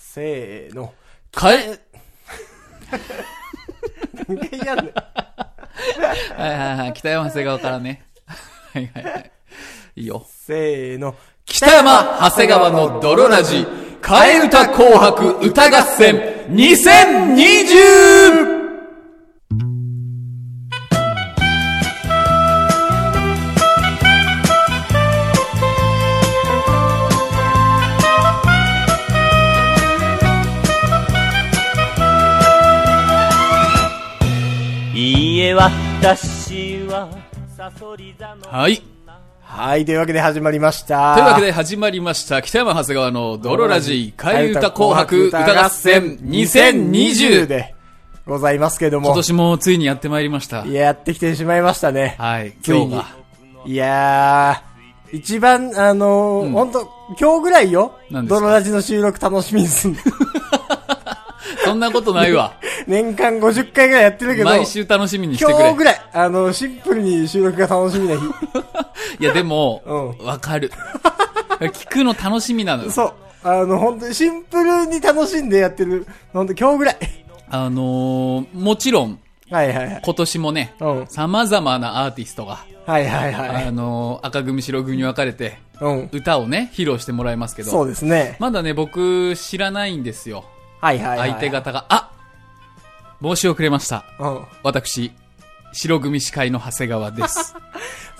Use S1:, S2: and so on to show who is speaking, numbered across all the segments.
S1: せーの。
S2: かえ、
S1: やんね
S2: はいはいはい、北山長谷川からね。はいはいはい。いいよ。
S1: せーの。
S2: 北山長谷川の泥ラジ、替え歌紅白歌合戦 2020!
S3: いいえ、私は、サソリ座の。
S2: はい。とい
S1: はい、というわけで始まりました。
S2: うわけで始まりました、北山長谷川の泥ラジ、替え歌紅白歌合戦 2020!
S1: でございますけども。
S2: 今年もついにやってまいりました
S1: い。や、やってきてしまいましたね。
S2: はい、
S1: つい
S2: 今
S1: に
S2: 日は。
S1: いやー、一番、あのーほんと、今日ぐらいよ。
S2: 何ですか
S1: ドロラジの収録楽しみにすんの
S2: そんなことないわ。
S1: 年間50回ぐらいやってるけど、
S2: 毎週楽しみにしてくれ。
S1: 今日ぐらい、あの、シンプルに収録が楽しみな日。
S2: いや、でも、
S1: う
S2: わ、かる。聞くの楽しみなのよ。
S1: そう。あの、本当にシンプルに楽しんでやってる。本当今日ぐらい。
S2: あのーもちろん、
S1: はいはいはい。
S2: 今年もね
S1: うん、
S2: 様々なアーティストが、
S1: はいはいは
S2: あ
S1: い。
S2: のー赤組、白組に分かれて、
S1: うん。
S2: 歌をね、披露してもらいますけ
S1: そ
S2: ど、
S1: うですね。
S2: まだね、僕、知らないんですよ。
S1: はいはいはい。
S2: 相手。方が、あ申し遅れました。
S1: うん。
S2: 私、白組司会の長谷川 です。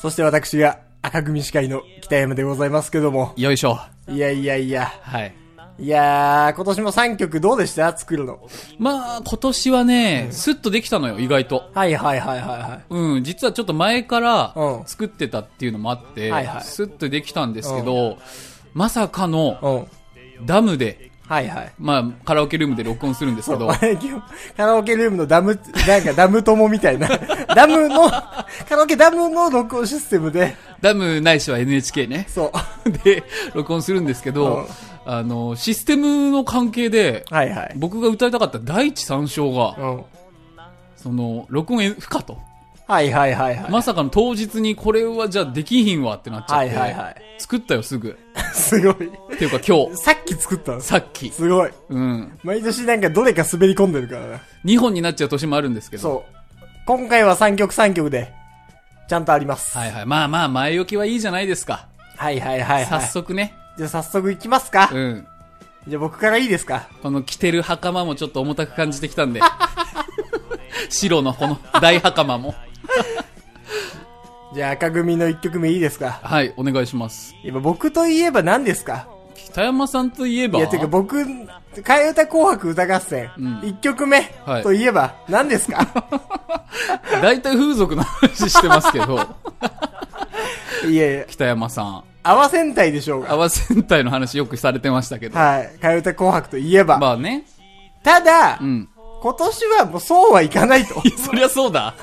S1: そして私が赤組司会の北山でございますけども。
S2: よいしょ。
S1: いやいやいや。
S2: はい。
S1: いやー、今年も3曲どうでした作るの。
S2: まあ、今年はね、スッとできたのよ、意外と。
S1: はいはいはいはいは
S2: うん、実はちょっと前か
S1: う
S2: ら
S1: ん
S2: 作ってたっていうのもあって、
S1: はいはい
S2: スッとできたんですけど、まさかの
S1: い。うん。
S2: ダムで、
S1: はいはい。
S2: まあ、カラオケルームで録音するんですけど、
S1: あれ、今日カラオケルームのダム、なんかダム友みたいな。 ダムの、カラオケダムの録音システムで、
S2: ダムないしは NHK ね、
S1: そう。
S2: で、録音するんですけ
S1: う
S2: ど
S1: ん、
S2: あの、システムの関係で、
S1: はいはい。
S2: 僕が歌いたかった第一三章
S1: う
S2: が、
S1: ん。
S2: その、録音不可と。
S1: はいはいはいはい。
S2: まさかの当日にこれはじゃあできひんわってなっちゃっ
S1: はいはいは
S2: て、作ったよすぐ。
S1: すごい。
S2: っていうか今 日、
S1: さっき作ったの
S2: さっき。
S1: すごい。
S2: うん。
S1: 毎年なんかどれか滑り込んでるからな。
S2: 2本になっちゃう年もあるんですけど。
S1: そう。今回は3曲3曲で、ちゃんとあります。
S2: はいはい。まあまあ、前置きはいいじゃないですか。
S1: はいはいはいはい。
S2: 早速ね。
S1: じゃあ早速いきますか。
S2: うん。
S1: じゃあ僕からいいですか。
S2: この着てる袴もちょっと重たく感じてきたんで。白のこの大袴も。
S1: じゃあ赤組の1曲目いいですか。
S2: はい、お願いします。
S1: 今僕といえば何ですか
S2: 北山さんといえ
S1: い
S2: ば。
S1: や、てか僕、替え歌紅白歌合戦、一1曲目
S2: はい
S1: といえば何ですか、
S2: 大体風俗の話してますけど。
S1: い、やいや、
S2: 北山さん。
S1: 泡戦隊でしょうが。
S2: 泡戦隊の話よくされてましたけど。
S1: はい。替え歌紅白といえば。
S2: まあね。
S1: ただ、
S2: うん。
S1: 今年はもうそうはいかないと。
S2: いやそりゃそうだ。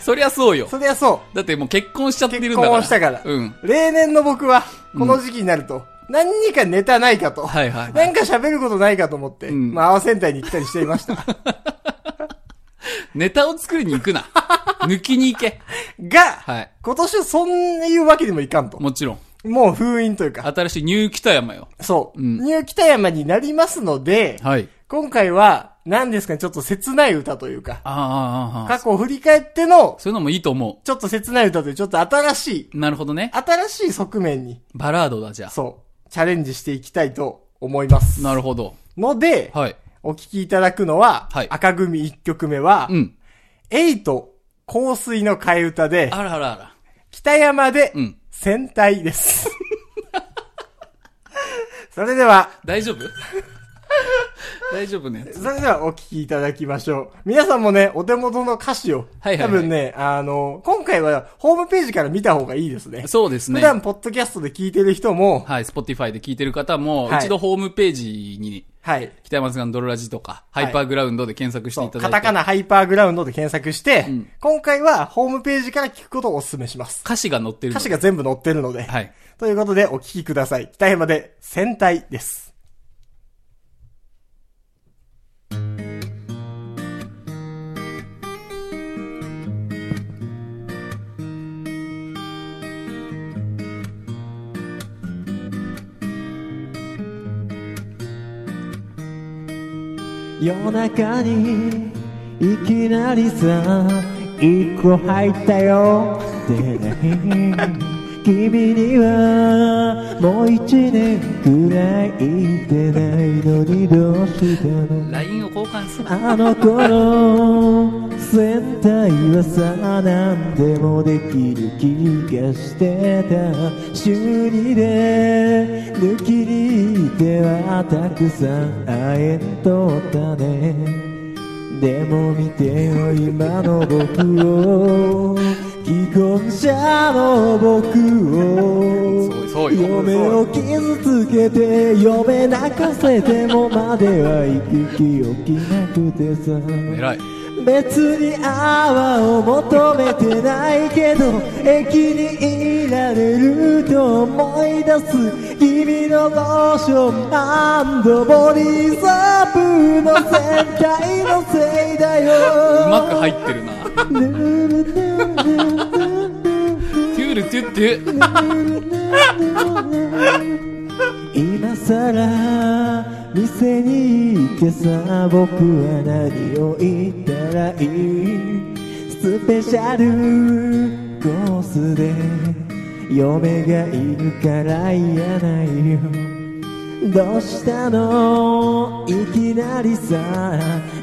S2: そりゃそうよ。
S1: そりゃそう。
S2: だってもう結婚しちゃってる
S1: 結
S2: んだから。
S1: 婚したから、
S2: うん。
S1: 例年の僕は、この時期になると、何にかネタないかと、
S2: はいはいはい
S1: なんか喋ることないかと思って、
S2: ん
S1: まあ、合わせんたいに行ったりしていま した。
S2: ネタを作りに行くな。抜きに行け。
S1: が、
S2: はい
S1: 今年はそんないうわけにもいかんと。
S2: もちろん。
S1: もう封印というか、
S2: 新しいニュー北山よ。
S1: そう、
S2: うん
S1: ニュー北山になりますので、
S2: はい。
S1: 今回は、何ですかね、ちょっと切ない歌というか、
S2: ああ、ああ、ああ。
S1: 過去を振り返っての、
S2: そういうのもいいと思
S1: ちょっと切ない歌という、ちょっと新しい、
S2: う。なるほどね。
S1: 新しい側面に、
S2: バラードだ、じゃ
S1: そう、チャレンジしていきたいと思います
S2: あ。。なるほど。
S1: ので、
S2: はい。
S1: お聴きいただくのは、
S2: はい
S1: 赤組1曲目は、
S2: うん。
S1: エイト香水の替え歌で、
S2: あらあらあら。
S1: 北山で
S2: うん、
S1: 戦隊です。 それでは、
S2: 大丈夫 大丈夫ね。
S1: それではお聴きいただきましょう。皆さんもね、お手元の歌詞を、
S2: はいはいはい
S1: 多分ね、あの、今回はホームページから見た方がいいですね。
S2: そうです
S1: 普
S2: ね。
S1: 段、ポッドキャストで聞いてる人も、
S2: はい、Spotify で聞いてる方も、
S1: はい
S2: 一度ホームページに、
S1: はい。
S2: 北山さんドロラジとか、
S1: い
S2: ハイパーグラウンドで検索して
S1: そ、
S2: いうただ
S1: カ
S2: いて。
S1: タカナハイパーグラウンドで検索して、
S2: ん
S1: 今回はホームページから聞くことをお勧めします。
S2: 歌詞が載ってるの
S1: 歌詞が全部載ってるので、
S2: はい。
S1: ということで、お聞きください。北山で、戦隊です。
S4: 夜中にいきなりさ一個入ったよで ね君にはもう一年くらいいてないのにどうしたの
S2: LINE を交換する。
S4: あの頃戦隊はさ何でもできる気がしてた週にで抜きにいてはたくさん会えんとったねでも見てよ今の僕を既婚者の僕を
S2: そうよ
S4: 嫁を傷つけて嫁泣かせてもまでは行く気起きなくてさ
S2: 偉い。
S4: 別に泡を求めてないけど駅にいられると思い出す君のローションボディーソープの全体のせいだ
S2: うまく
S4: よ
S2: 入ってるな。トゥールトゥットゥ。
S4: 今さら店に行ってさ僕は何を言ったらいいスペシャルコースで嫁がいるから嫌ないよどうしたのいきなりさ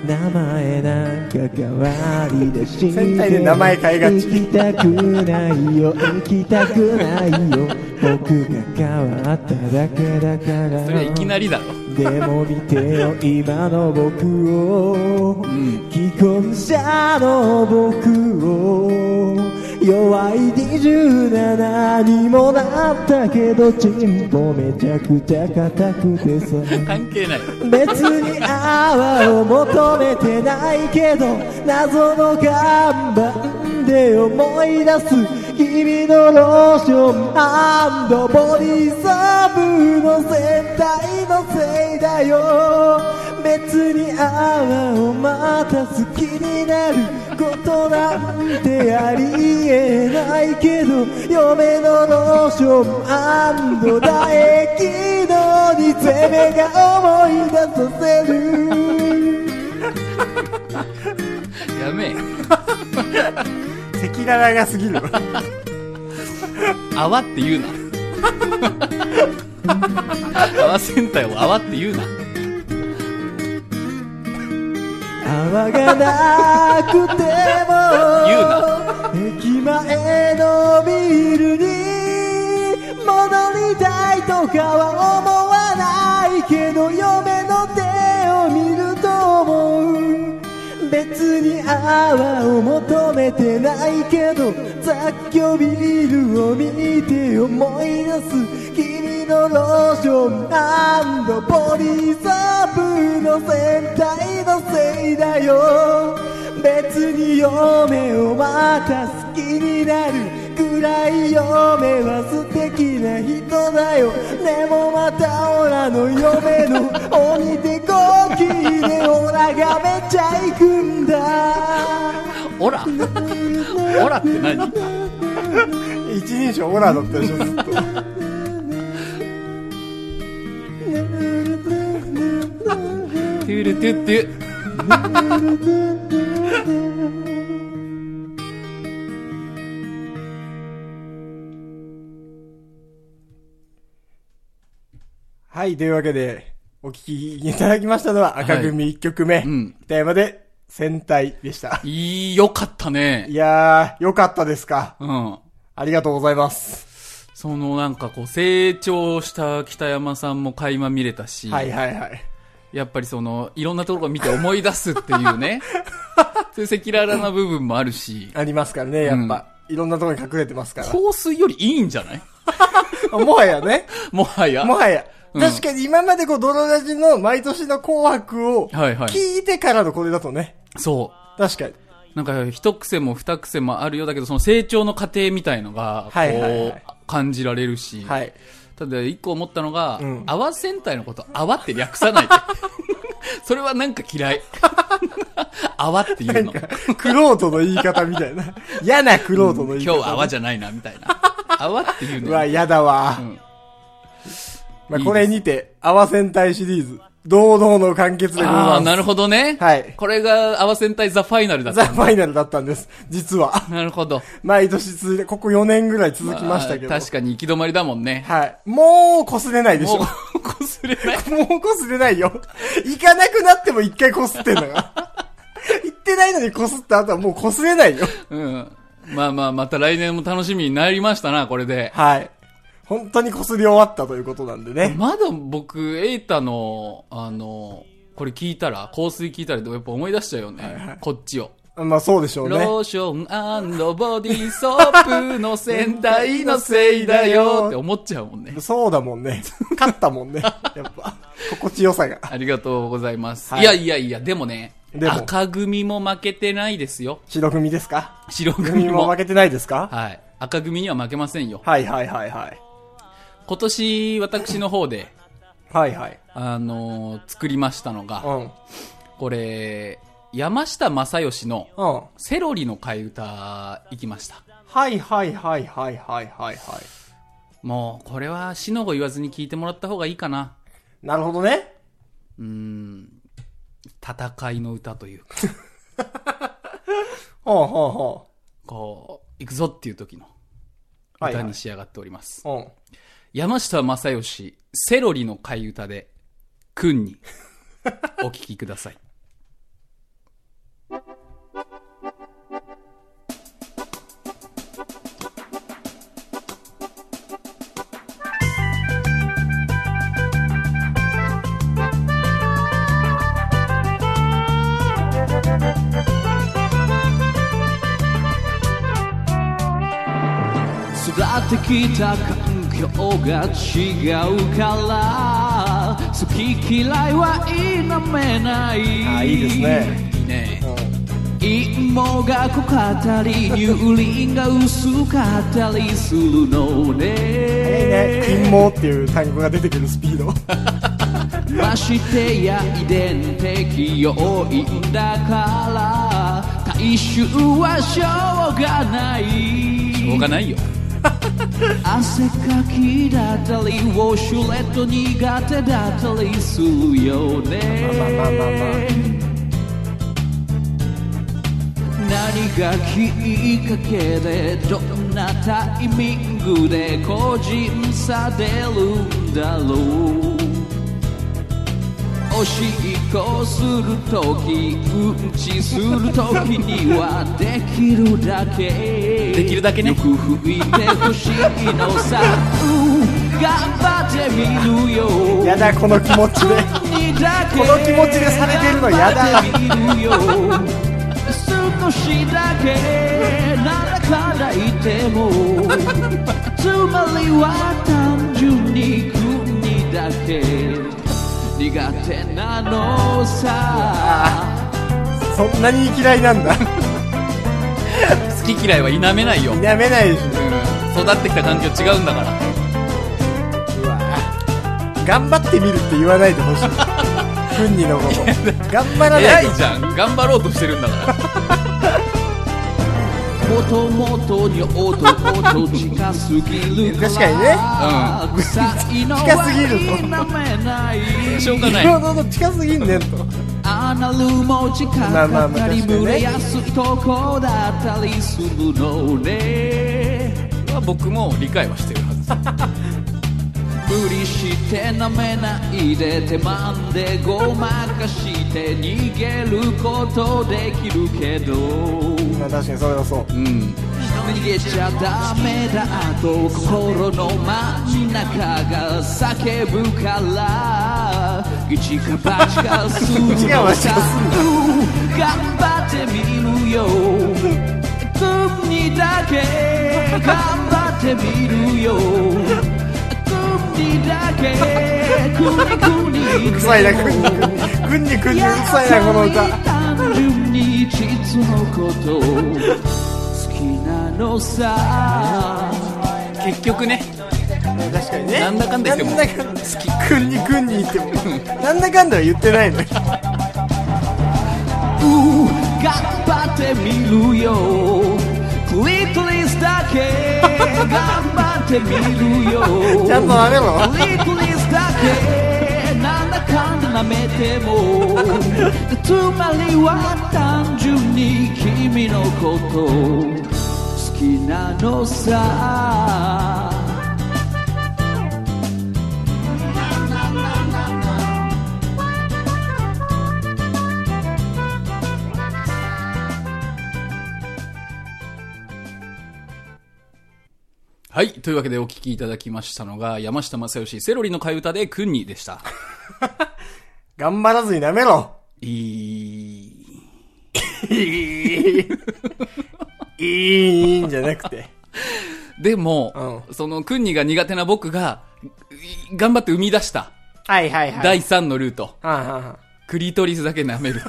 S4: 名前なんか変わりだし
S1: 全体で名前変えがち
S4: 行きたくないよ行きたくないよ僕が変わっただけだから
S2: それはいきなりだろ。
S4: でも見てよ今の僕を、
S2: ん
S4: 既婚者の僕を弱い27にもなったけどチンポめちゃくちゃ硬くてさ
S2: 関係ない。
S4: 別に泡を求めてないけど謎の看板で思い出す君のローションボディーサーブの全体のせいだよ別に泡をまた好きになることなんてありえないけど嫁のローション唾液のに攻めが思い出させる
S2: やめえ。
S1: 赤裸々がすぎる わ。
S2: 泡って言うな。泡戦隊を泡って言うな。
S4: 泡がなくて
S2: 言う
S4: も駅前のビールに戻りたいとかは思わないけど嫁の手を見ると思う別に泡を求めてないけど雑居ビールを見て思い出す君のローションボディーサーブの全体のせいだよ別に嫁をまた好きになるくらい嫁は素敵な人だよでもまたオラの嫁の鬼でこきでオラがめちゃいくんだ
S2: オラオラって何
S1: 一人称オラだったでしょ、ずっと。
S2: トゥールトゥットゥ。
S1: はい、というわけで、お聞きいただきましたのは赤組1曲目、
S2: うん
S1: 北山で戦隊でした。
S2: いい、よかった
S1: い
S2: ね。
S1: やー、よかったですか。
S2: うん。
S1: ありがとうございます。
S2: そのなんかこう、成長した北山さんも垣間見れたし、
S1: はいはいはい。
S2: やっぱりその、いろんなところを見て思い出すっていう ね、そういう赤裸々な部分もあるし、
S1: ありますからね、やっぱ。いろんなところに隠れてますから。
S2: 香水よりいいんじゃない
S1: あもはやね。
S2: もはや。
S1: もはや。
S2: うん
S1: 確かに今までこう、ドロラジの毎年の紅白を
S2: はいはい
S1: 聞いてからのこれだとね。
S2: そ
S1: 確かに。
S2: う。なんか、一癖も二癖もあるようだけど、その成長の過程みたいのが、こう、
S1: はいはいはい
S2: 感じられるし、
S1: はい。
S2: ただ一個思ったのが、
S1: うん
S2: 泡戦隊のこと泡って略 さないで。それはなんか嫌い。 泡っていうの。
S1: クロートの言い方みたいな。 嫌なクロートの言い
S2: 今
S1: 方。
S2: 日は泡じゃないな、みたいな。泡っ ていう
S1: う
S2: の
S1: わ、。嫌だわ。
S2: うん
S1: まあ、これにて、合わせんたいシリーズ、堂々の完結でござい
S2: あ
S1: ま
S2: あ、
S1: す。
S2: なるほどね。
S1: はい
S2: これが、アワセン対ザ・ファイナルだっ
S1: ザ・
S2: た。
S1: ファイナルだったんです。実は。
S2: なるほど。
S1: 毎年続いて、ここ4年ぐらい続きましたけど。
S2: あー確かに行き止まりだもんね。
S1: はい。もう、こすれないでしょ。
S2: も
S1: も
S2: う、こすれない。
S1: うこすれないよ。行かなくなっても一回こすってんだ から。行ってないのにこすった後はもうこすれないよ。
S2: うん。まあまあ、また来年も楽しみになりましたな、これで。
S1: はい。本当にこすり終わったということなんでね。
S2: まだ僕、エイタの、あの、これ聞いたら、香水聞いたら、やっぱ思い出しちゃうよね。こっちを。
S1: まあそうでしょうね。
S2: ローションボディーソープの戦隊のせいだよって思っちゃうもんね。
S1: そうだもん ね。勝ったもんね。やっぱ、心地よさが。
S2: ありがとうございます。
S1: はい
S2: い、やいやいや、でもね、
S1: でも
S2: 赤組も負けてないですよ。
S1: 白組ですか
S2: 白組
S1: 組も
S2: も。
S1: 負けてないですか
S2: はい。赤組には負けませんよ。
S1: はいはいはいはい。
S2: 今年、私の方で、
S1: はいはい。
S2: あのー作りましたの
S1: う
S2: が、
S1: ん。
S2: これ、山下正義の
S1: うん。
S2: セロリの替え歌行きました。
S1: はいはいはいはいはいはいはい。
S2: もう、これは死の子言わずに聞いてもらった方がいいかな。
S1: なるほどね。
S2: うーん、戦いの歌というか、
S1: ほうほうほ
S2: こう、行くぞっていう時の
S1: う。はい、は
S2: 歌
S1: い。
S2: に仕上がっております。
S1: うん。
S2: 山下正義、セロリの替え歌で、くんに、お聴きください。
S5: 育ってきた環境が違うから好き嫌いは否めない
S1: あ、いいですね。
S2: いいね。
S5: 陰謀が濃かったり乳輪が薄かったりするの
S1: いいね。
S5: ね
S1: 陰謀っていう単語が出てくるスピード。
S5: ましてや遺伝的要因だから大衆はしょうがない
S2: しょうがないよ。
S5: 汗かきだったりウォシュレット苦手だったりするよね
S1: まあまあまあまあまあ
S5: 何がきっかけでどんなタイミングで個人差出るんだろうおしっこするときうんちするときにはできるだけで
S2: きるだけね
S5: よく拭いてほしいのさ、うん、頑張ってみるよ
S1: やだ、この気持ちで。こ
S5: こ
S1: の気持ちでされてるのやだ
S5: 少しだけなんだかんだ言っても つまりは単純に国だけ苦手なのさ
S1: そんなに嫌いなんだ。
S2: 好き嫌いは否めないよ。うん
S1: 否めないし。
S2: 育ってきた環境違うんだから。
S1: うわ頑張ってみるって言わないでほ しい。ふんにのこと。頑張らな
S2: 偉
S1: い
S2: い
S1: と。
S2: じゃん。頑張ろうとしてるんだから。
S5: もともとに音と近すぎるから
S1: 確かにね
S2: う
S5: 臭いの
S1: 近すぎる
S5: は否め ない
S2: しょうがない。
S1: なるほど、近すぎんねんと。
S5: アナルも近
S1: まあま
S5: か
S1: あ
S5: っ
S1: ま
S5: た
S1: あ
S5: り
S1: 確かにね
S5: 群れやすいとこだったりするのね
S2: は僕も理解はしてるはず。
S5: 無理して舐めないで手間でごまかして逃げることできるけど
S1: まあ確かにそれはそう。
S2: うん。
S5: 逃げちゃダメだと心の真ん中が叫ぶから一か八かするの
S1: 一か八
S5: さ
S1: か
S5: 頑張ってみるよ君だけ頑張ってみるよ君だけ国に
S1: うるさいな、くんにくんに。くんにくんにうるさいな、この歌。
S5: 単純に実のこと好きなのさ
S2: 結局ね、
S1: 確かにね
S2: なんだかんだ言っても
S1: なんだかんだ好きくんにくんに言ってもなんだかんだは言ってないのに
S5: うん頑張ってみるよクリトリスだけ頑張ってみるよ
S1: ちゃんとあれも
S5: クリトリスだけなんだだかんだ舐めてもつまりは単純に君のこと好きなのさ
S2: はい。というわけでお聞きいただきましたのが、山下正義、セロリの替え歌で、クンニでした。
S1: 頑張らずに舐めろ
S2: いい。
S1: いいんじゃなくて。
S2: でも、その、クンニが苦手な僕が、い頑張って生み出した、
S1: はいはいはい。
S2: 第3のルート。
S1: ああああ
S2: クリトリスだけ 舐める。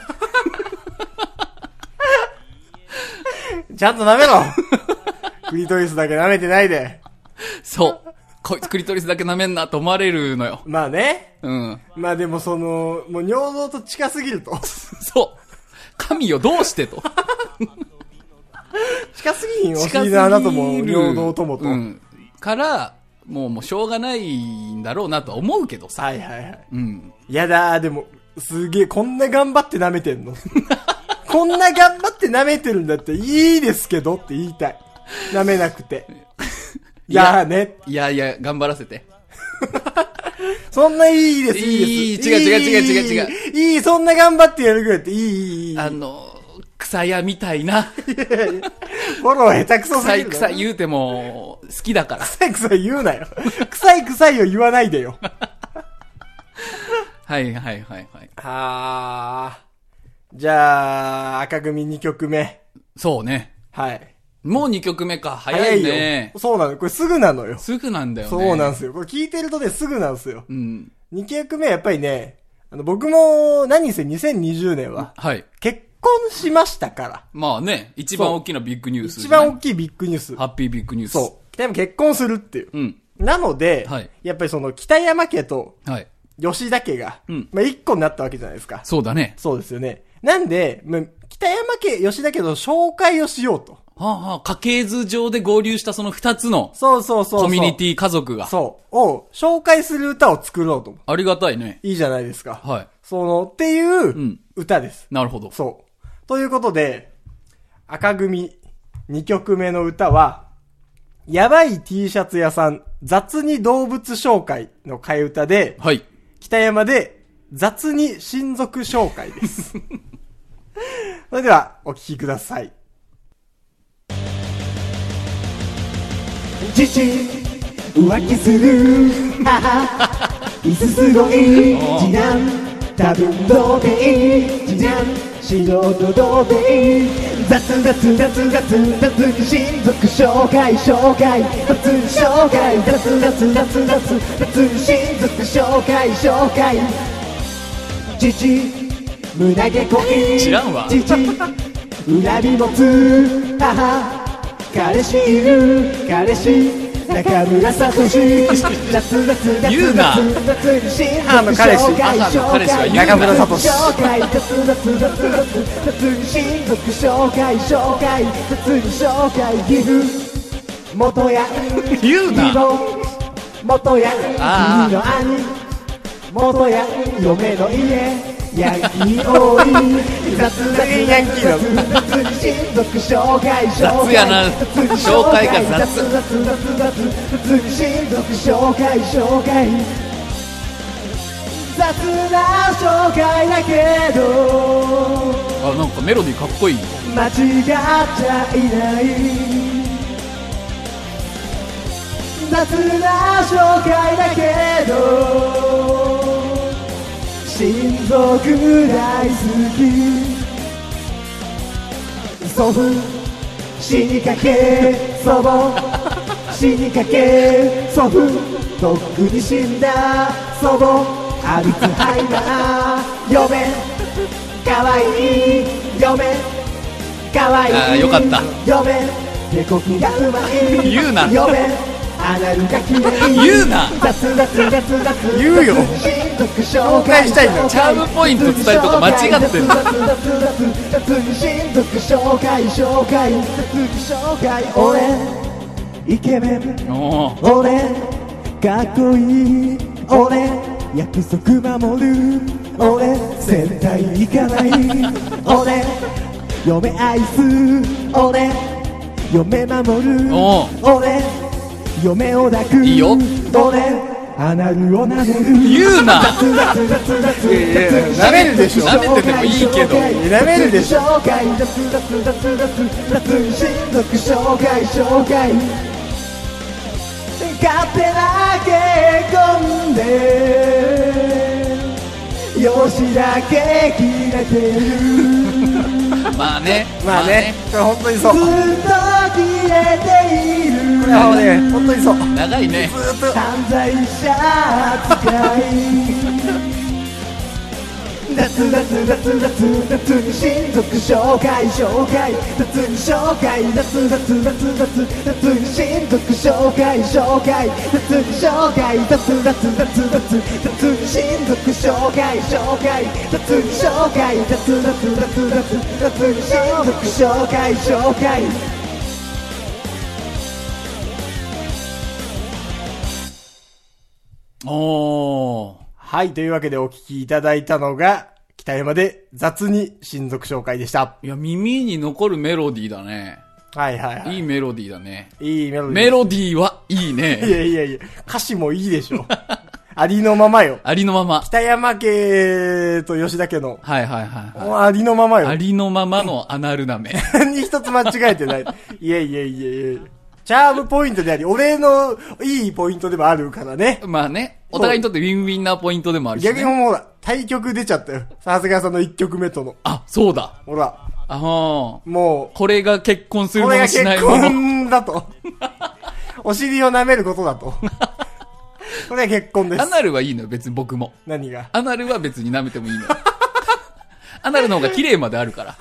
S1: ちゃんと舐めろクリトリスだけ舐めてないで。
S2: そう。こいつクリトリスだけ舐めんなと思われるのよ。
S1: まあね。
S2: うん。
S1: まあでもその、もう尿道と近すぎると。
S2: そう。神よ、どうしてと。
S1: 近すぎひんお尻の穴とも尿道ともと。
S2: うん。から、もう、もうしょうがないんだろうなとは思うけどさ。
S1: はいはいはい。
S2: うん。
S1: やだー、でも、すげえ、こんな頑張って舐めてんの。 こんな頑張って舐めてるんだっていいですけどって言いたい。舐めなくて。
S2: いや
S1: やーね。
S2: いやいや、頑張らせて。
S1: そんないいです、いいです。
S2: いい違う違う違う違う
S1: 違う。いい、そんな頑張ってやるぐらいっていい、いい、いい。フ
S2: あの、草屋みたいな、
S1: ォロー下手くそす
S2: 臭
S1: ぎ
S2: い
S1: る。
S2: 臭い言うても、好きだから。
S1: 臭い臭い言うなよ。臭い臭いを言わないでよ。
S2: はいはいはいはい。
S1: はー。じゃあ、赤組2曲目。
S2: そうね。
S1: はい。
S2: もう2曲目か。早いね。
S1: よ。そうなの。これすぐなのよ。
S2: すぐなんだよね。
S1: そうなんですよ。これ聞いてるとね、すぐなんですよ。
S2: うん。
S1: 2曲目はやっぱりね、あの、僕も、何せ2020年は、
S2: はい。
S1: 結婚しましたから。
S2: まあね、一番大きなビッグニュース
S1: 一
S2: じゃない。
S1: 番大きいビッグニュース。
S2: ハッピービッグニュース。
S1: そう。でも結婚するっていう。
S2: うん。
S1: なので、
S2: はい
S1: やっぱりその北山家と
S2: はい。
S1: 吉田家が、
S2: うん
S1: まあ一個になったわけじゃないですか。
S2: そうだね。
S1: そうですよね。なんで、まあ北山家、吉田家の紹介をしようと。
S2: はあ、はあ、家系図上で合流したその二つの
S1: そうそうそうそう。
S2: コミュニティ家族が。
S1: そう。を紹介する歌を作ろうと思
S2: ありがたいね。
S1: う。いいじゃないですか。
S2: は
S1: その、っていうん歌です。
S2: い。なるほど。
S1: そう。ということで、赤組2曲目の歌は、やばい T シャツ屋さん、雑に動物紹介の替え歌で、
S2: はい。
S1: 北山で雑に親族紹介 です。それでは、お聴きください。
S4: 自信浮気する母椅子すごい次男多分童貞次男素人童貞雑雑雑雑雑に親族紹介紹介雑に紹介雑雑雑雑雑に親族紹介紹介父胸毛濃い
S2: 知らんわ
S4: 父恨み持つ母彼氏いる彼氏中村聡夏夏夏
S2: 言うな
S1: 母の彼氏
S2: 母の彼氏は言うな
S1: 中村聡
S4: 紹介雑雑雑雑雑に親族紹介紹介雑に紹介岐阜元屋
S2: 言う
S4: 義
S2: な
S4: 母元屋
S2: あー
S4: 君の兄元屋嫁の家ヤンキー多い雑雑
S1: 全員ヤンキーなの
S4: 紹介
S2: 雑やな紹介が雑
S4: 紹介紹介雑な紹介だけど
S2: あ、なんかメロディーかっこいい。
S4: 間違っちゃいない雑な紹介だけど親族大好き祖父死にかけ祖母死にかけ祖父とっくに死んだ祖母アルツハイマー嫁かわいい嫁かわいい
S2: あーよかった
S4: 嫁でこきがうまい
S2: 言うな
S4: 嫁アナルがきれい
S2: 言うな
S4: 雑雑雑雑
S1: 言うよ
S4: 紹
S1: 介したいんだよ
S2: チャームポイント伝えるとこ間違ってんだ
S4: 親族紹介紹介紹介俺イケメン
S2: おー
S4: 俺かっこいい俺約束守る俺絶対行かない俺嫁愛す俺嫁守る
S2: おう
S4: 俺嫁を抱く
S2: いいよ
S4: 俺アナルをなめる
S2: 言うな
S1: 舐めるでしょ
S2: 舐めててもいいけど
S1: 舐めるでしょ
S4: 紹介脱脱脱脱脱親族紹介紹介勝手な結婚でよしだけ決めてる
S2: まあね
S1: まあね、これ本当にそう。
S4: ず
S1: こ
S4: っと切れている
S1: れはね、本当にそう。
S2: まあね長いね
S4: 犯罪者扱い夏夏夏夏夏に親族紹介紹介夏に紹介夏夏夏夏夏に親族紹介紹介夏に紹介夏夏夏夏夏に親族紹介紹介夏に紹介夏夏夏夏夏に親族紹介紹介
S2: おー
S1: はい、というわけでお聞きいただいたのが、北山で雑に親族紹介でした。
S2: いや耳に残るメロディーだね
S1: はいはいはい
S2: い
S1: い。
S2: メロディーだね
S1: いいメロディー。
S2: メロディーはいい
S1: い
S2: ね
S1: やいやいや、歌詞もいいでしょ。ありのままよ。
S2: ありのまま
S1: 北山家と吉田家の、
S2: はいはいはいはい
S1: もうありのまま
S2: あ
S1: よ。
S2: りのままのアナルナメ
S1: 何一つ間違えてない。いやいやいやいやチャームポイントであり、俺のいいポイントでもあるからね。
S2: まあねお互いにとってウィンウィンなポイントでもあるし、ね、
S1: 逆にもうほら、対局出ちゃったよ。長谷川さんの1曲目との。
S2: あそうだ
S1: ほら、
S2: あの
S1: もう、
S2: これが結婚する
S1: こ
S2: も
S1: れが
S2: のし
S1: 結
S2: ないもの
S1: 婚だと。お尻を舐めることだ と。これが結婚で
S2: ア
S1: す。
S2: ナルはいいのよ別に僕も
S1: 何が
S2: アナルは別に舐めてもい いのよアナルの方が綺麗まであるから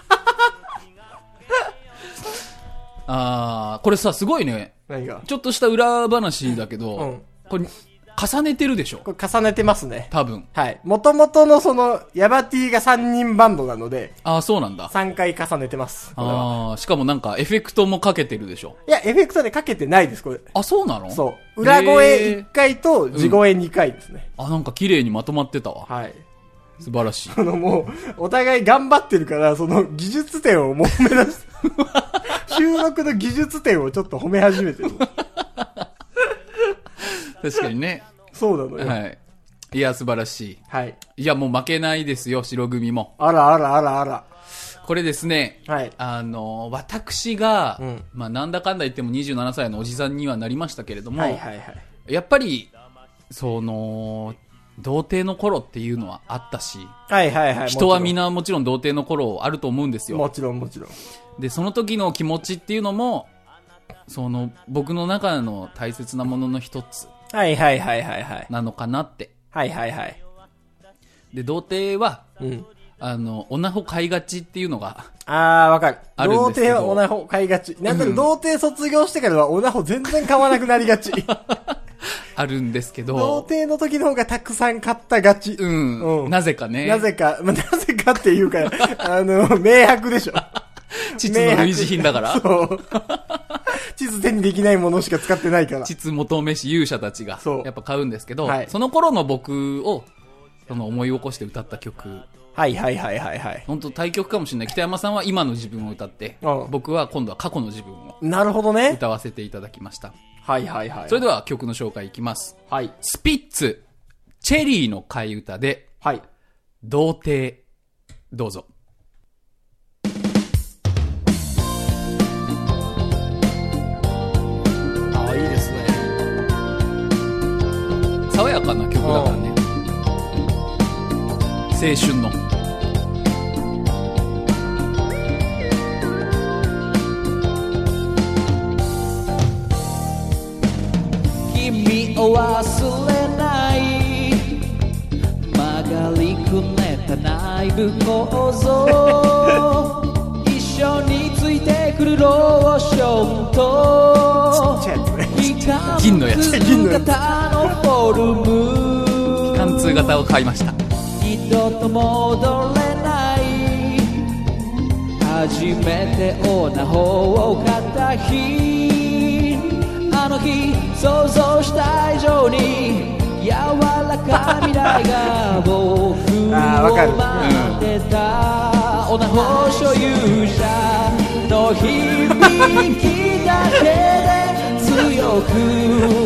S2: あーこれさすごいね
S1: 何が
S2: ちょっとした裏話だけど、
S1: うん
S2: これ重ねてるでしょ
S1: これ重ねてますね。
S2: 多分
S1: はい。元々のその、ヤバティが3人バンドなので、
S2: ああそうなんだ
S1: 3回重ねてます。これは
S2: あーしかもなんかエフェクトもかけてるでしょ
S1: いや、エフェクトでかけてないです、これ。
S2: あそうなの
S1: そう。裏声
S2: へー
S1: 1回と、地声2回ですね。
S2: あなんか綺麗にまとまってたわ
S1: はい。
S2: 素晴らしい
S1: あの、もう、お互い頑張ってるから、その、技術点をもう目指して、収録の技術点をちょっと褒め始めてる。
S2: 確かにね
S1: そうなのよ。
S2: はいいや素晴らし
S1: はい。
S2: いいやもう負けないですよ白組も
S1: あらあらあらあら。
S2: これですね、
S1: はい
S2: あの、私が、
S1: うん
S2: まあ、なんだかんだ言っても27歳のおじさんにはなりましたけれども、
S1: はいはいはい。
S2: やっぱり、その、童貞の頃っていうのはあったし、
S1: はいはいはい。
S2: 人
S1: も
S2: は
S1: ちろ
S2: 皆もちろん童貞の頃あると思うんです
S1: ん。
S2: よ
S1: も。ちろんもちろん。
S2: で、その時の気持ちっていうのも、その、僕の中の大切なものの一つ
S1: はいはいはいはいはい。
S2: なのかなって。
S1: はいはいはい。
S2: で、童貞は、
S1: うん。
S2: あの、オナホ買いがちっていうのが、
S1: あー、わかる。
S2: あるん
S1: 童
S2: ですけど
S1: 貞はオナホ買いがち。なんだろ、童貞卒業してからはオナホ全然買わなくなりがち。
S2: あるんですけ
S1: 童
S2: ど、
S1: 貞の時の方がたくさん買ったがち。
S2: うん、
S1: うん
S2: なぜかね。
S1: なぜか、 まあ、なぜかっていうか、 あの、明白でしょ。
S2: 父の類似品だから。
S1: そう。 地図手にできないものしか使ってないから。
S2: 父元飯勇者たちが
S1: そう
S2: やっぱ買うんですけど、
S1: はい
S2: その頃の僕をその思い起こして歌った曲
S1: はいはいはいはいはい。
S2: 本当対局かもしれない北山さんは今の自分を歌って
S1: うん
S2: 僕は今度は過去の自分を
S1: なるほどね。
S2: 歌わせていただきました
S1: はいはいはい。
S2: それでは曲の紹介いきます
S1: はい。
S2: スピッツチェリーの替え歌で
S1: はい。
S2: 童貞どうぞ
S1: ああ、いいですね。
S2: 爽やかな曲だからね青春の
S5: 君を忘れない曲がりくねった内部構造一緒についてくるローションと
S1: ちっちゃいやつね
S2: 銀のやつ
S1: 銀のやつ
S5: 型のフォルム
S2: 貫通型を買いました
S5: 二度と戻れない初めてオナホを買った日あの日想像した以上に柔柔らか未来が僕を
S1: あーわかる
S5: 待ってた女保所有者の響きだけで強く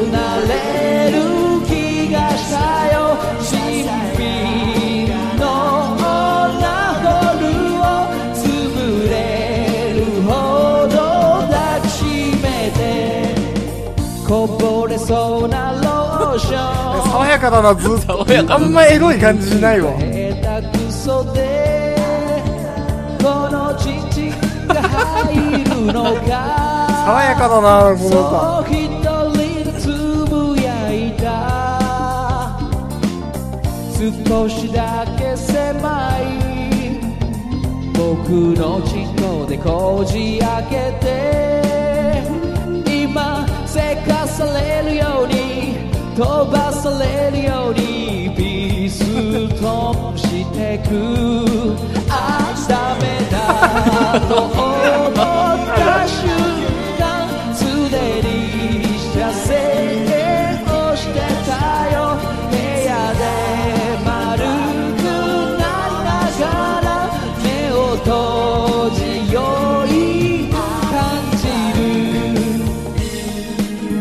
S5: なれる気がしたよ新品の女ホールを潰れるほど抱きしめてこぼれそうなローション
S1: 爽やかだな、ずっと。
S2: 爽やかだ
S1: あ
S2: なん
S1: まエロい感じしないわ。
S5: 下手くそでこのチンチンが入るのか
S1: 爽やかだな、この歌。
S5: そう一人でつぶやいた少しだけ狭い僕のチンコでこじ開けて今せかされるように飛ばされるようにピーストンしてくあダメだと思った瞬間すでに射精をしてたよ部屋で丸くなりながら目を閉じよい感じる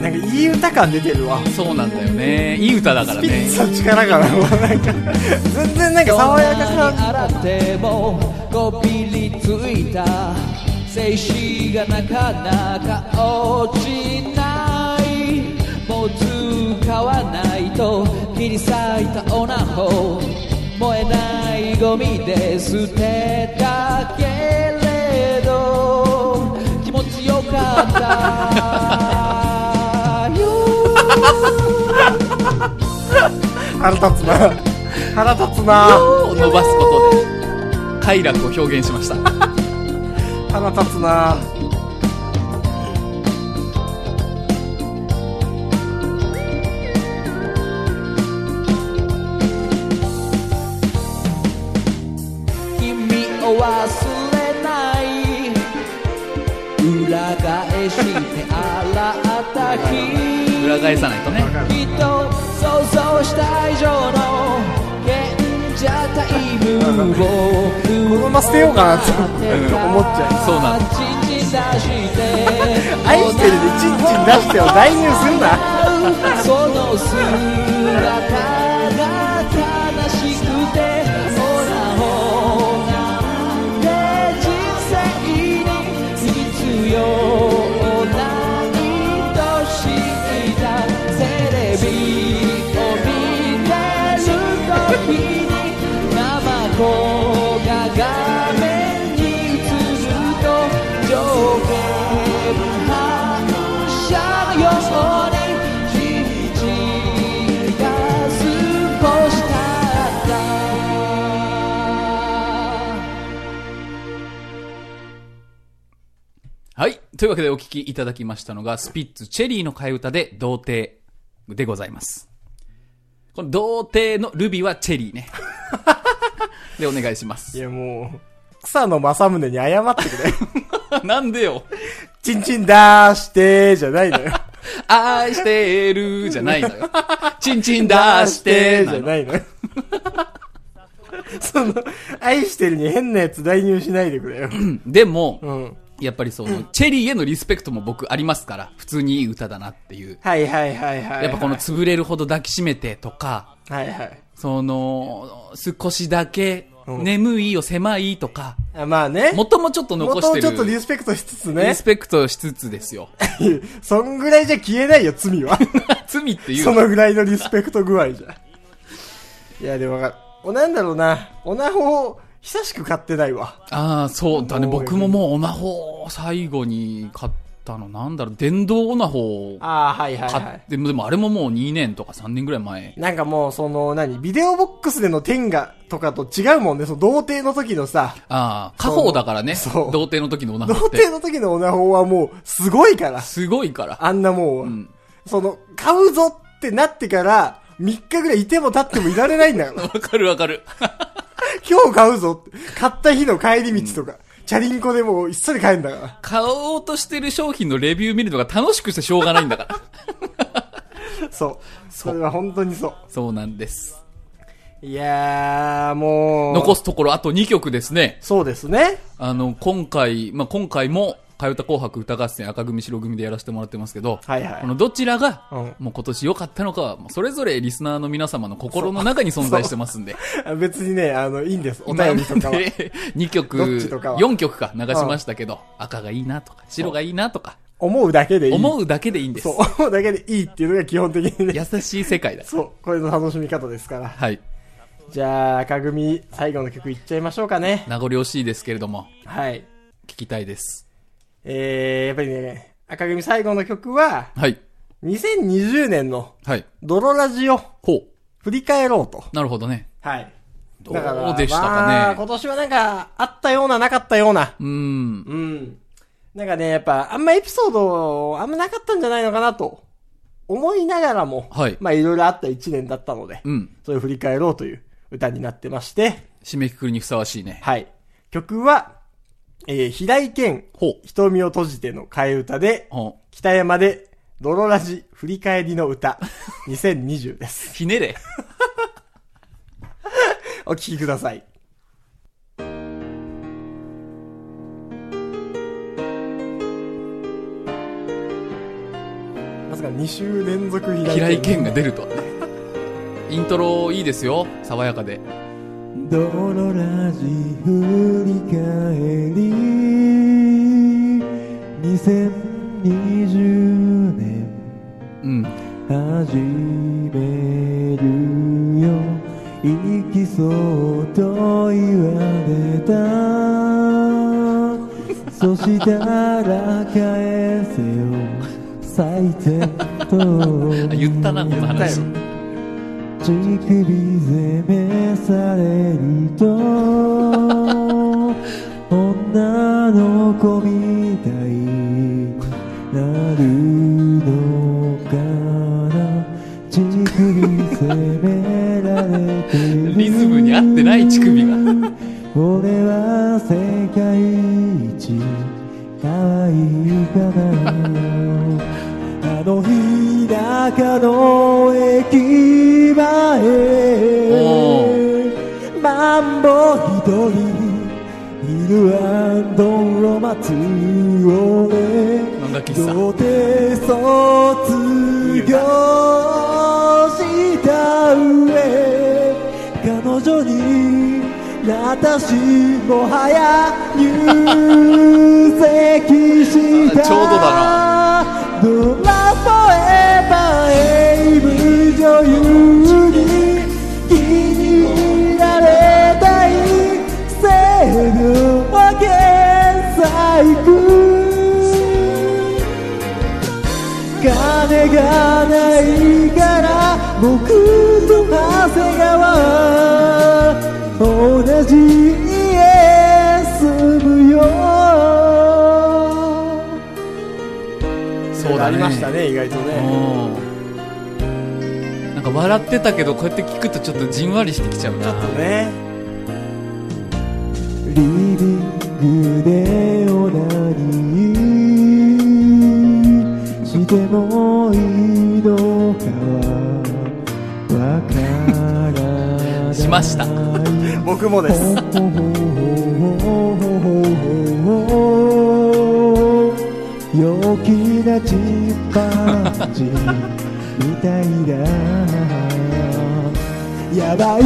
S1: なんかいい歌感出てるわ。
S2: そうなんだよね。いい歌だから
S1: ピッ
S2: ね。
S1: ツァの力かな、もうなんか。全然なんか爽やか
S5: どんなに
S1: さ。
S5: 洗ってもこびりついた静止がなかなか落ちないもう使わないと切り裂いたオナホ燃えないゴミで捨てたけれど気持ちよかったよ
S1: 腹立つな。腹立つな。
S2: を伸ばすことで、快楽を表現しました。
S1: 腹立つな。
S5: 君を忘れない裏返して洗った日
S2: 裏返さないとね。
S5: きっと想像した以上の賢者タイムをこ
S1: このまま捨てようかなって思っちゃ
S2: うそうなの
S5: チンチン出 して
S1: う。愛してるで、チンチン出してを代入するな。
S5: その姿が悲しくてほらほらで人生に必要ないと知ったテレビを見てる時に生子が画面に映ると情景反射のように日々が過ごしたった
S2: はい。というわけでお聞きいただきましたのが、スピッツ、チェリーの替え歌で、童貞でございます。この童貞のルビーはチェリーね。 で、お願いしま
S1: い
S2: す。
S1: やもう、草野正宗に謝ってくれ。
S2: なんでよ。
S1: チンチン出して、じゃないのよ。
S2: 愛してるじゃな いのよ。チンチン出して
S1: じ
S2: な
S1: ゃ
S2: の
S1: ないのよ。その、愛してるに変なやつ代入しないでくれよ。
S2: でも、
S1: うん。
S2: やっぱりその、チェリーへのリスペクトも僕ありますから、普通にいい歌だなっていう。
S1: はいはいはいはい。
S2: やっぱこの、潰れるほど抱きしめてとか、
S1: はいはい。
S2: その、少しだけ、
S1: うん
S2: 眠いよ、狭いとか、
S1: あまあね。
S2: 元もちょっと残してる。
S1: 元をちょっとリスペクトしつつね
S2: リス。ペクトしつつで すよ。
S1: そんぐらいじゃ消えないよ、罪は。
S2: 罪っていう
S1: そ
S2: の。
S1: のぐらいのリスペクト具合じゃ。いや、でもわかる。お、なんだろうな。オナホを久しく買ってないわ。
S2: ああ、そうだね。
S1: もう
S2: 僕ももうオナホを最後に買ったの、なんだろう、電動オナホを買
S1: ああ、はいは
S2: っ
S1: い
S2: て、
S1: はい。
S2: でもあれももう2年とか3年ぐらい前。
S1: なんかもう、その、何、ビデオボックスでの天下とかと違うもんね。その、童貞の時のさ、
S2: ああ、家宝だからね。
S1: そう
S2: 童貞の時のオナ
S1: 童
S2: ホっ
S1: 貞
S2: て。
S1: の時のオナホはもう、すごいから。
S2: すごいから。
S1: あんなもう、
S2: ん
S1: その、買うぞってなってから、3日ぐらいいても立ってもいられないんだから。
S2: わかるわかる。
S1: 今日買うぞって。買った日の帰り道とか、チャリンコでもう、いっそり帰るんだから。
S2: 買おうとしてる商品のレビュー見るのが楽しくてしょうがないんだから。
S1: そう。それは本当にそ
S2: そうなんです。
S1: う。いやー、 もう。
S2: 残すところあと2曲ですね。
S1: そうですね。
S2: あの、今回、まあ、今回も、かよた紅白歌合戦赤組白組でやらせてもらってますけど、
S1: はいはい
S2: このどちらが、
S1: うん
S2: もう今年良かったのかは、もうそれぞれリスナーの皆様の心の中に存在してますんで、
S1: 別にね、あの、いいんです。お
S2: 今
S1: 便りとかは。
S2: で2曲、
S1: どっちとかは
S2: 4曲か流しましたけど、赤がいいなとか、白がいいなとか、
S1: 思うだけでいい。
S2: 思うだけでいいんです
S1: そう。。思うだけでいいっていうのが基本的にね。
S2: 優しい世界だ。
S1: そう。これの楽しみ方ですから。
S2: はい。
S1: じゃあ、赤組、最後の曲いっちゃいましょうかね。
S2: 名残惜しいですけれども、
S1: はい。
S2: 聞きたいです。
S1: えー、やっぱりね、赤組最後の曲は、
S2: はい。
S1: 2020年の
S2: はい。
S1: ドロラジを
S2: ほう。
S1: 振り返ろうと。
S2: なるほどね。
S1: はい。
S2: どうでしたかね。
S1: まあ今年はなんか、あったような、なかったような。
S2: うー
S1: う
S2: ん。
S1: ん。なんかね、やっぱ、あんまエピソード、あんまなかったんじゃないのかなと、思いながらも、
S2: はい
S1: まあ、いろいろあった一年だったので、
S2: うん。
S1: それを振り返ろうという歌になってまして、
S2: 締めくくりにふさわしいね。
S1: はい。曲は、えー、平井堅、
S2: ほう。
S1: 瞳を閉じての替え歌で、
S2: ほう
S1: 北山で、泥ラジ振り返りの 歌、2020です。
S2: ひねれ。
S1: お聴きください。まさか2週連続平井堅。
S2: 平井堅が出るとはね。イントロいいですよ。爽やかで。
S4: ドロラジ振り返り2020年
S2: うん。
S4: 始めるよ行きそうと言われ たそしたら返せよ採点
S2: あ
S4: と
S2: 言ったな、この話。
S4: 乳首攻めされると女の子みたいになるのかな乳首攻められてる
S2: リズムに合ってない乳首が。
S4: 俺は世界一可愛いからあの日高の駅
S2: お
S4: 前マンボ一人いるアンドロマツ俺
S2: なんだ喫 茶
S4: 童貞卒業した上彼女に私もはや入籍した
S2: あちょうど
S4: ドラフォーエバー AV 女優に気に入られたい制度は現在区金がないから僕と長谷川同じ家住むよ
S2: そうだ
S1: あり
S2: ね。
S1: ましたね、意外とね。
S2: うんなんか笑ってたけど、こうやって聞くとちょっとじんわりしてきちゃうな。
S1: ね。
S4: リビングでオナニーしてもいいのかはわからない
S2: しました
S1: 僕 もです。
S4: 陽気なチンパンジーみたいだやばい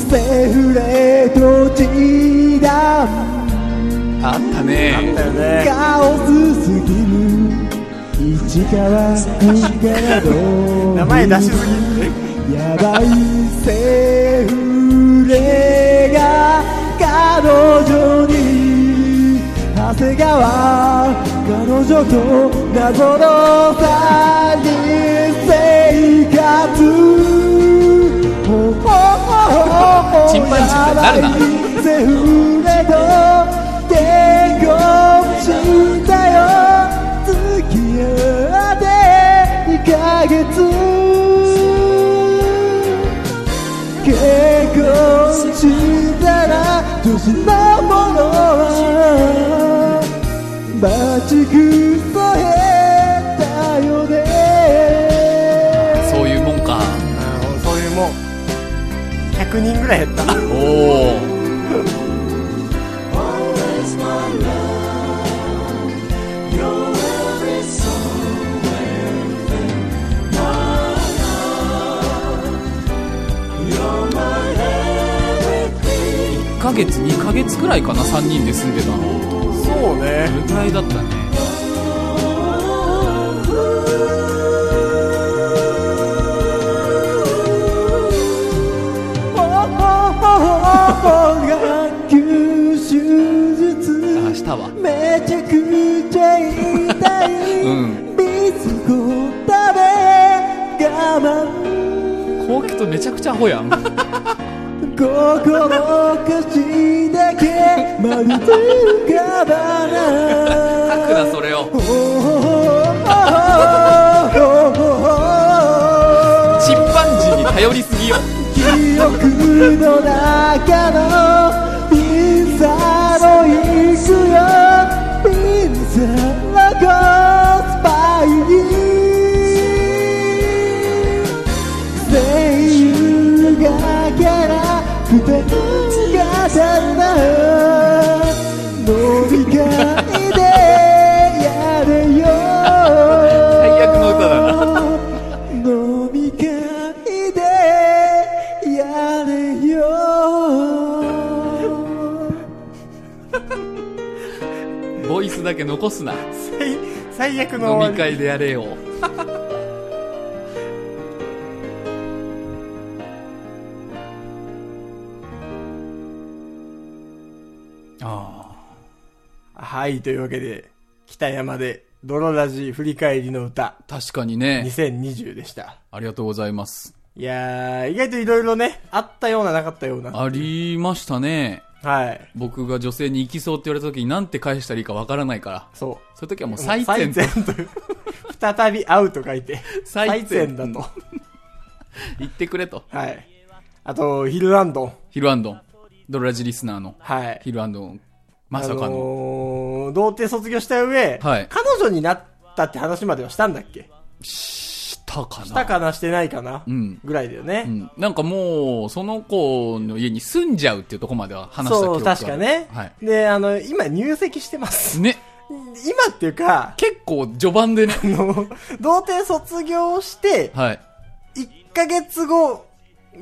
S4: セフレと地だ
S2: あった
S1: あっ
S2: ね。
S1: たよね。
S4: カオスすぎる市川君がどう
S1: 名前出しすぎ。
S4: やばいセフレが彼女に長谷川彼女と謎の三人生活ほほ ほほ
S2: チンパンジーってなるな
S4: やばいセフレと結婚したよ付き合って2ヶ月結婚したら女子のものは待ちくそ減ったよね
S2: そう
S1: 100人ぐらい減った。
S2: おお。1ヶ月2ヶ月くらいかな3人で住んでたの
S1: そうね
S2: そ。れくらいだったね
S4: 学級手術
S2: あしたわ
S4: めちゃくちゃ痛い
S2: うん
S4: ビスコ食べ我慢
S2: 高貴とめちゃくちゃアホやん
S4: 心貸しだけまるで浮かばない
S2: 書くなそれをチンパンジーに頼りすぎよ
S4: 記憶の中のピザの行くよピザのゴスパイ声優がから負担がたんだ飲み会でやれよ
S2: 最悪の歌だな
S4: 飲み会でやれよ
S2: ボイスだけ残すな
S1: 最最悪の
S2: 飲み
S1: 終わり
S2: 会でやれよ あ
S1: はい、というわけで、北山で、泥ラジ振り返りの歌、
S2: あ確かにね
S1: 2020でした。
S2: ありがとうございます
S1: いやー、意外といろいろね、あったような、なかったような。
S2: ありましたね
S1: はい。
S2: 僕が女性に行きそうって言われた時に何て返したらいいかわからないから
S1: そ
S2: そういう時はもう
S1: う。
S2: 最善と
S1: 最善と。 再び会うと書いて、
S2: 最
S1: 最
S2: 善
S1: 善だと。
S2: 言ってくれと
S1: はい。あと、ヒルランド。
S2: ヒルアンドンドロラジリスナーの
S1: はい。
S2: ヒルアンドンまさ
S1: あ
S2: かの、
S1: のー、童貞卒業した上、
S2: はい
S1: 彼女になったって話まではしたんだっけ
S2: したかな
S1: したかなしてないかな、
S2: うん
S1: ぐらいだよね。
S2: うん、なんかもう、その子の家に住んじゃうっていうとこまでは話した記
S1: そ
S2: 憶
S1: う、
S2: がある
S1: 確かね。
S2: はい。
S1: で、あの、今入籍してます。
S2: ね、
S1: 今っていうか、
S2: 結構序盤でね。
S1: あの、童貞卒業して、
S2: はい。
S1: 1ヶ月後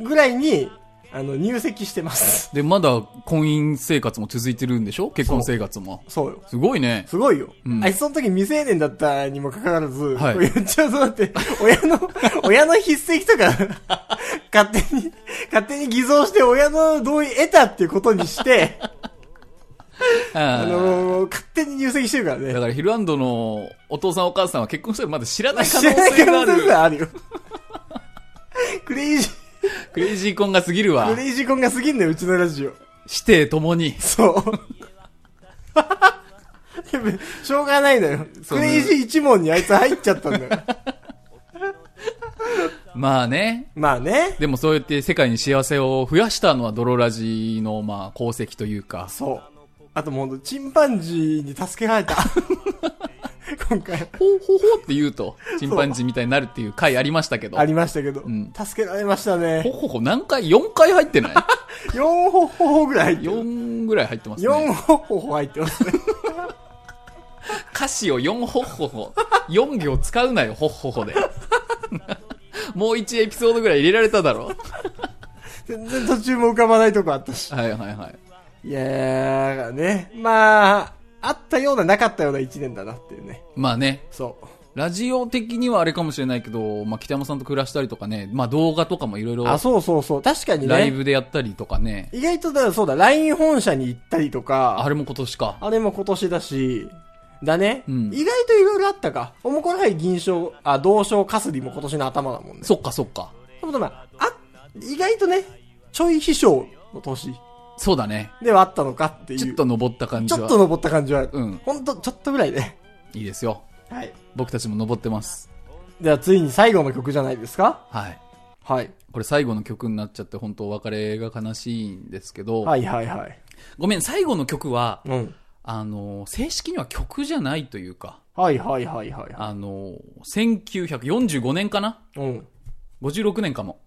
S1: ぐらいに、あの、入籍してます。
S2: で、まだ婚姻生活も続いてるんでしょ結婚生活も。
S1: そうよ。
S2: すごいね。
S1: すごいよ。
S2: うん
S1: あいつその時未成年だったにもかかわらず、
S2: はい
S1: これ言っちゃうとだって、親の、親の筆跡とか、 勝手に、勝手に偽造して親の同意得たっていうことにして、あ
S2: あー
S1: の勝手に入籍してるからね
S2: だ。から、ヒルアンドのお父さんお母さんは結婚したらまだ知らない可
S1: 知らな
S2: 能
S1: い可
S2: 性があ
S1: 能性
S2: る。
S1: がある よ。クレイジー、
S2: クレイジー婚が過ぎるわ
S1: ク。レイジー婚が過ぎんだよ、うちのラジオ。
S2: 師弟ともに。
S1: そう。 でもしょうがないのよ。
S2: そう
S1: ク
S2: ね
S1: レイジー一問にあいつ入っちゃったんだよ。
S2: まあね。
S1: まあね。
S2: でもそうやって世界に幸せを増やしたのはドロラジの、まあ、功績というか。
S1: そう。あともうほんと、チンパンジーに助けられた。 今回、
S2: ほうほうほうって言うと、チンパンジーみたいになるっていう回ありましたけど。
S1: ありましたけど、
S2: ん
S1: 助けられました
S2: ほ
S1: ね。
S2: ほほ何回 ?4 回入ってない
S1: 4ほほほぐらい入ってる。
S2: ?4 ぐらい入ってます
S1: 4
S2: ね。
S1: ほほほ入ってますね。
S2: 歌詞を4ほほほ。4行使うなよ、ほほほで。もう1エピソードぐらい入れられただろ。
S1: 全然途中も浮かばないとこあったし。
S2: はいはい はい。
S1: いやー、だからね。まあ、あったような、なかったような1年だなっていうね。
S2: まあね、
S1: そう。
S2: ラジオ的にはあれかもしれないけど、まあ北山さんと暮らしたりとかね、まあ動画とかもいろいろ
S1: あ、そうそうそう。確かにね。
S2: ライブでやったりとかね、
S1: 意外とだ、そうだ、LINE 本社に行ったりとか、
S2: あれも今年か。
S1: あれも今年だし、だね。
S2: うん
S1: 意外といろいろあったか。おもこらはい銀賞、あ、銅賞かすりも今年の頭だもんね。
S2: そっかそっか。
S1: う。でもまあ、あ、意外とね、ちょい飛翔の年
S2: そうだね。
S1: ではあったのかっていう。
S2: ちょっと登った感
S1: ち
S2: じ
S1: ょっと、
S2: は。
S1: 登った感じはある。
S2: うん
S1: ほんと、ちょっとぐらいね。
S2: いいですよ。
S1: はい。
S2: 僕たちも登ってます。
S1: では、ついに最後の曲じゃないですか
S2: はい。
S1: はい。
S2: これ最後の曲になっちゃって本当お別れが悲しいんですけど、
S1: はいはいはい。
S2: ごめん、最後の曲は、
S1: うん。
S2: あの、正式には曲じゃないというか、
S1: はいはいはいはいは。
S2: あの、1945年かない
S1: うん。
S2: ?56 年かも。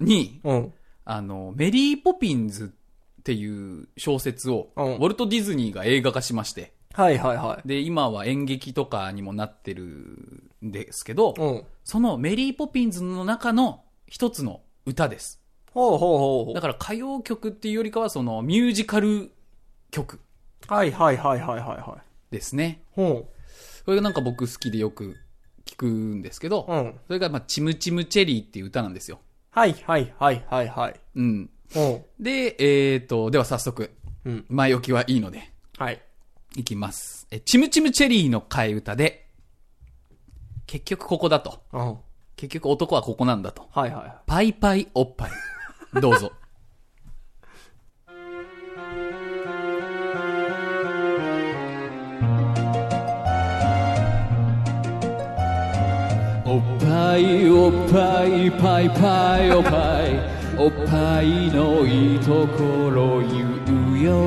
S2: に、
S1: うん。
S2: あの、メリーポピンズっていう小説を、
S1: うん
S2: ウォルト・ディズニーが映画化しまして、
S1: はいはいは
S2: で、今は演劇とかにもなってるんですけど、
S1: い。うん。
S2: そのメリーポピンズの中の一つの歌です。
S1: ほうほうほうほ
S2: だから歌謡曲っていうよりかはそのミュージカル曲
S1: う。はいはいはいはいはいはい。
S2: ですね。
S1: ほ
S2: これがなんか僕好きでよく聞くんですけど、
S1: う。うん。
S2: それがまあチムチムチェリーっていう歌なんですよ。
S1: はいはいはいはいはい。
S2: うん。
S1: ほ
S2: で、えっ、と、では早速、
S1: う。うん。
S2: 前置きはいいので、
S1: はい。
S2: いきます。え、チムチムチェリーの替え歌で、結局ここだと。
S1: うん。はい
S2: 結局男はここなんだと。
S1: はいは
S2: パイパイおっぱい。どうぞ。
S5: おっぱいおっぱいパイパイおっぱいおっぱいのいいところ言うよ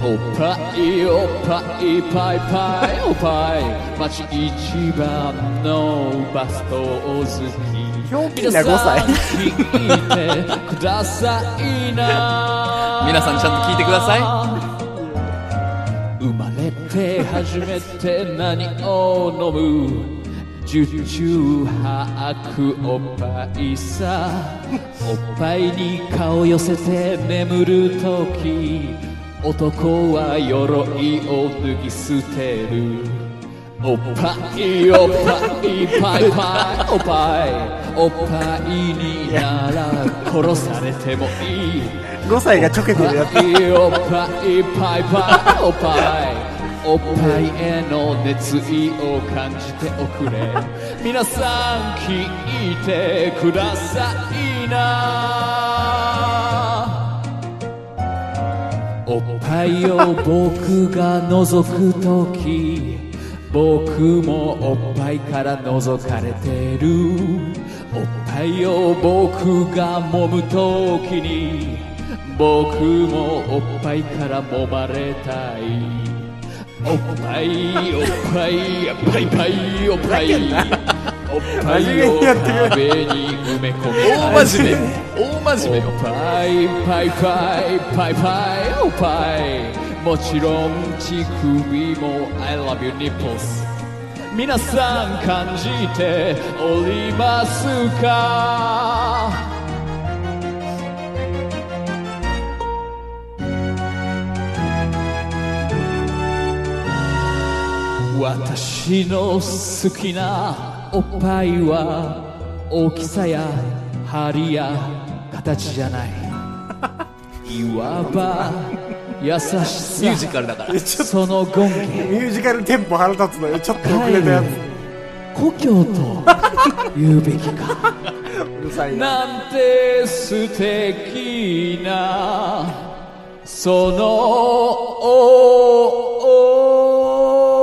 S5: おっぱいおっぱいパイパイおっ ぱい町一番のバストを好き
S1: ひょうきんな5歳
S5: 皆さん聞いてくださいな
S2: 皆さんちゃんと聞いてください
S5: 生まれて初めて何を飲む十中八九おっぱいさおっぱいに顔寄せて眠るとき男は鎧を脱ぎ捨てるおっぱいおっぱいパイパイおっぱいおっぱいになら殺されてもいい
S1: い。5歳がちょけてるやつ。
S5: おっぱいパイパイおっぱいおっぱいへの熱意を感じておくれ皆さん聞いてくださいなおっぱいを僕が覗くとき僕もおっぱいから覗かれてるおっぱいを僕が揉むときに僕もおっぱいから揉まれたいおっぱいおっぱいやっぱいぱいおっぱいおっぱいを壁に埋め込み
S2: 大真面目。大真面目よ。
S5: パイパイパイパイパイおっぱいもちろん乳首も I love you nipples 皆さん感じておりますか私の好きなおっぱいは大きさや張りや形じゃ ないいわば優しさ
S2: ミュージカルだから。
S5: その権限
S1: ミュージカルテンポ腹立つのよ。ちょっと遅れたや
S5: 故郷と言うべき
S1: つ。
S5: か
S1: うるさいな。
S5: なんて素敵なそのお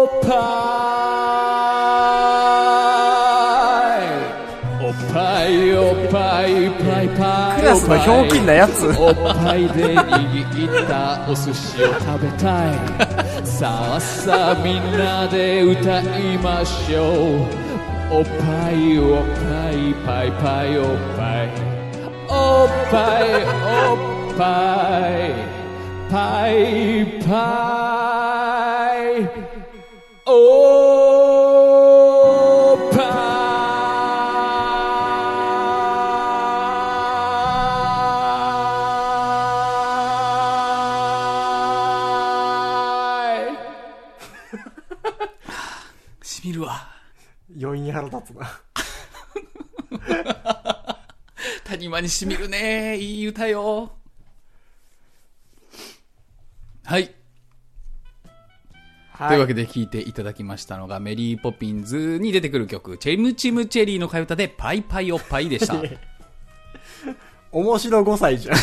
S5: っぱいおっぱいおっぱいパイパイ
S1: クラスのひょうきんなやつ
S5: おっぱいで握ったお寿司を食べたいさあさあみんなで歌いましょうおっぱいおっぱいパイパイおっぱいおっぱいおっぱいパイパイおっぱい
S2: しみるわ。
S1: 余韻腹立つな。
S2: 谷間にしみるね。いい歌よ。はい。
S1: は
S2: というわけで聴いていただきましたのが、メリーポピンズに出てくる曲、チェムチムチェリーの替え歌で、パイパイおっぱいでした。
S1: 面白5歳じゃん。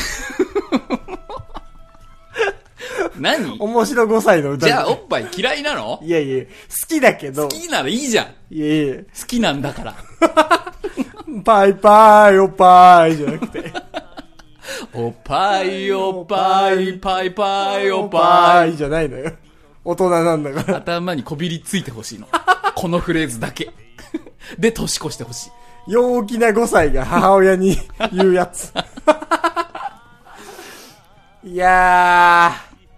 S2: 何
S1: 面白5歳の歌
S2: じゃあ、お
S1: お
S2: っぱい嫌いなの
S1: いやいや、好きだけど、
S2: 好きならいいじゃん。
S1: いやいや、
S2: 好きなんだから。
S1: パイパイおっぱいじゃなくて、
S2: おっぱいおっぱい、パイパイお
S1: お
S2: っ
S1: っ
S2: ぱ
S1: ぱ
S2: い。
S1: いじゃないのよ。大人なんだから。
S2: 頭にこびりついてほしいの。このフレーズだけ。 で、年越してほし い。
S1: 陽気な5歳が母親に言うやつ。いや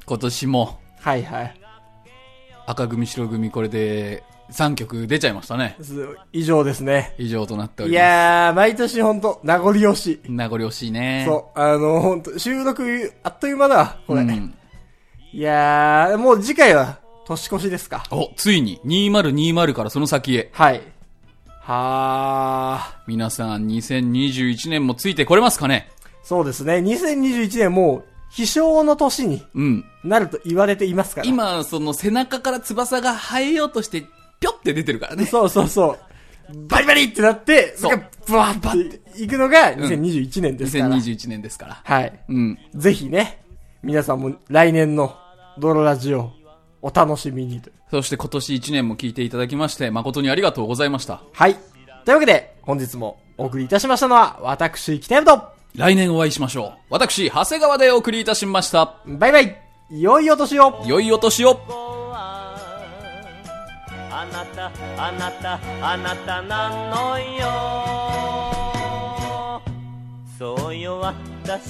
S2: 今年も
S1: ー、はいはい。
S2: 赤組白組これで3曲出ちゃいましたね
S1: す以上ですね。
S2: 以上となってお
S1: い
S2: りま
S1: やー、毎年ほんと、名残惜しい。
S2: す名残惜しいね
S1: そう、あの、ほんと、収録、あっという間だ、これ。
S2: うん
S1: いやー、もう次回は、年越しですか。
S2: おついに2020からその先へ
S1: はい。は
S2: 皆さん2021年もついてこれますかね
S1: ー、そうですね。2021年もう、飛翔の年に
S2: うん
S1: なると言われていますから。
S2: 今その背中から翼が生えようとしてぴょって出てるからね
S1: そうそうそう。バリバリってなって、
S2: そう
S1: それがブワーっていくのが2021年ですから。
S2: 2021年ですから
S1: はい。
S2: うん
S1: ぜひね、皆さんも来年のドロラジオお楽しみにと。
S2: そして今年1年も聞いていただきまして誠にありがとうございました
S1: はい。というわけで、本日もお送りいたしましたのは、私、北山と、
S2: 来年お会いしましょう私長谷川でお送りいたしました
S1: バイバイ良いお年を
S2: 良いお年を
S3: はあなたあなたあなたなのよそうよ私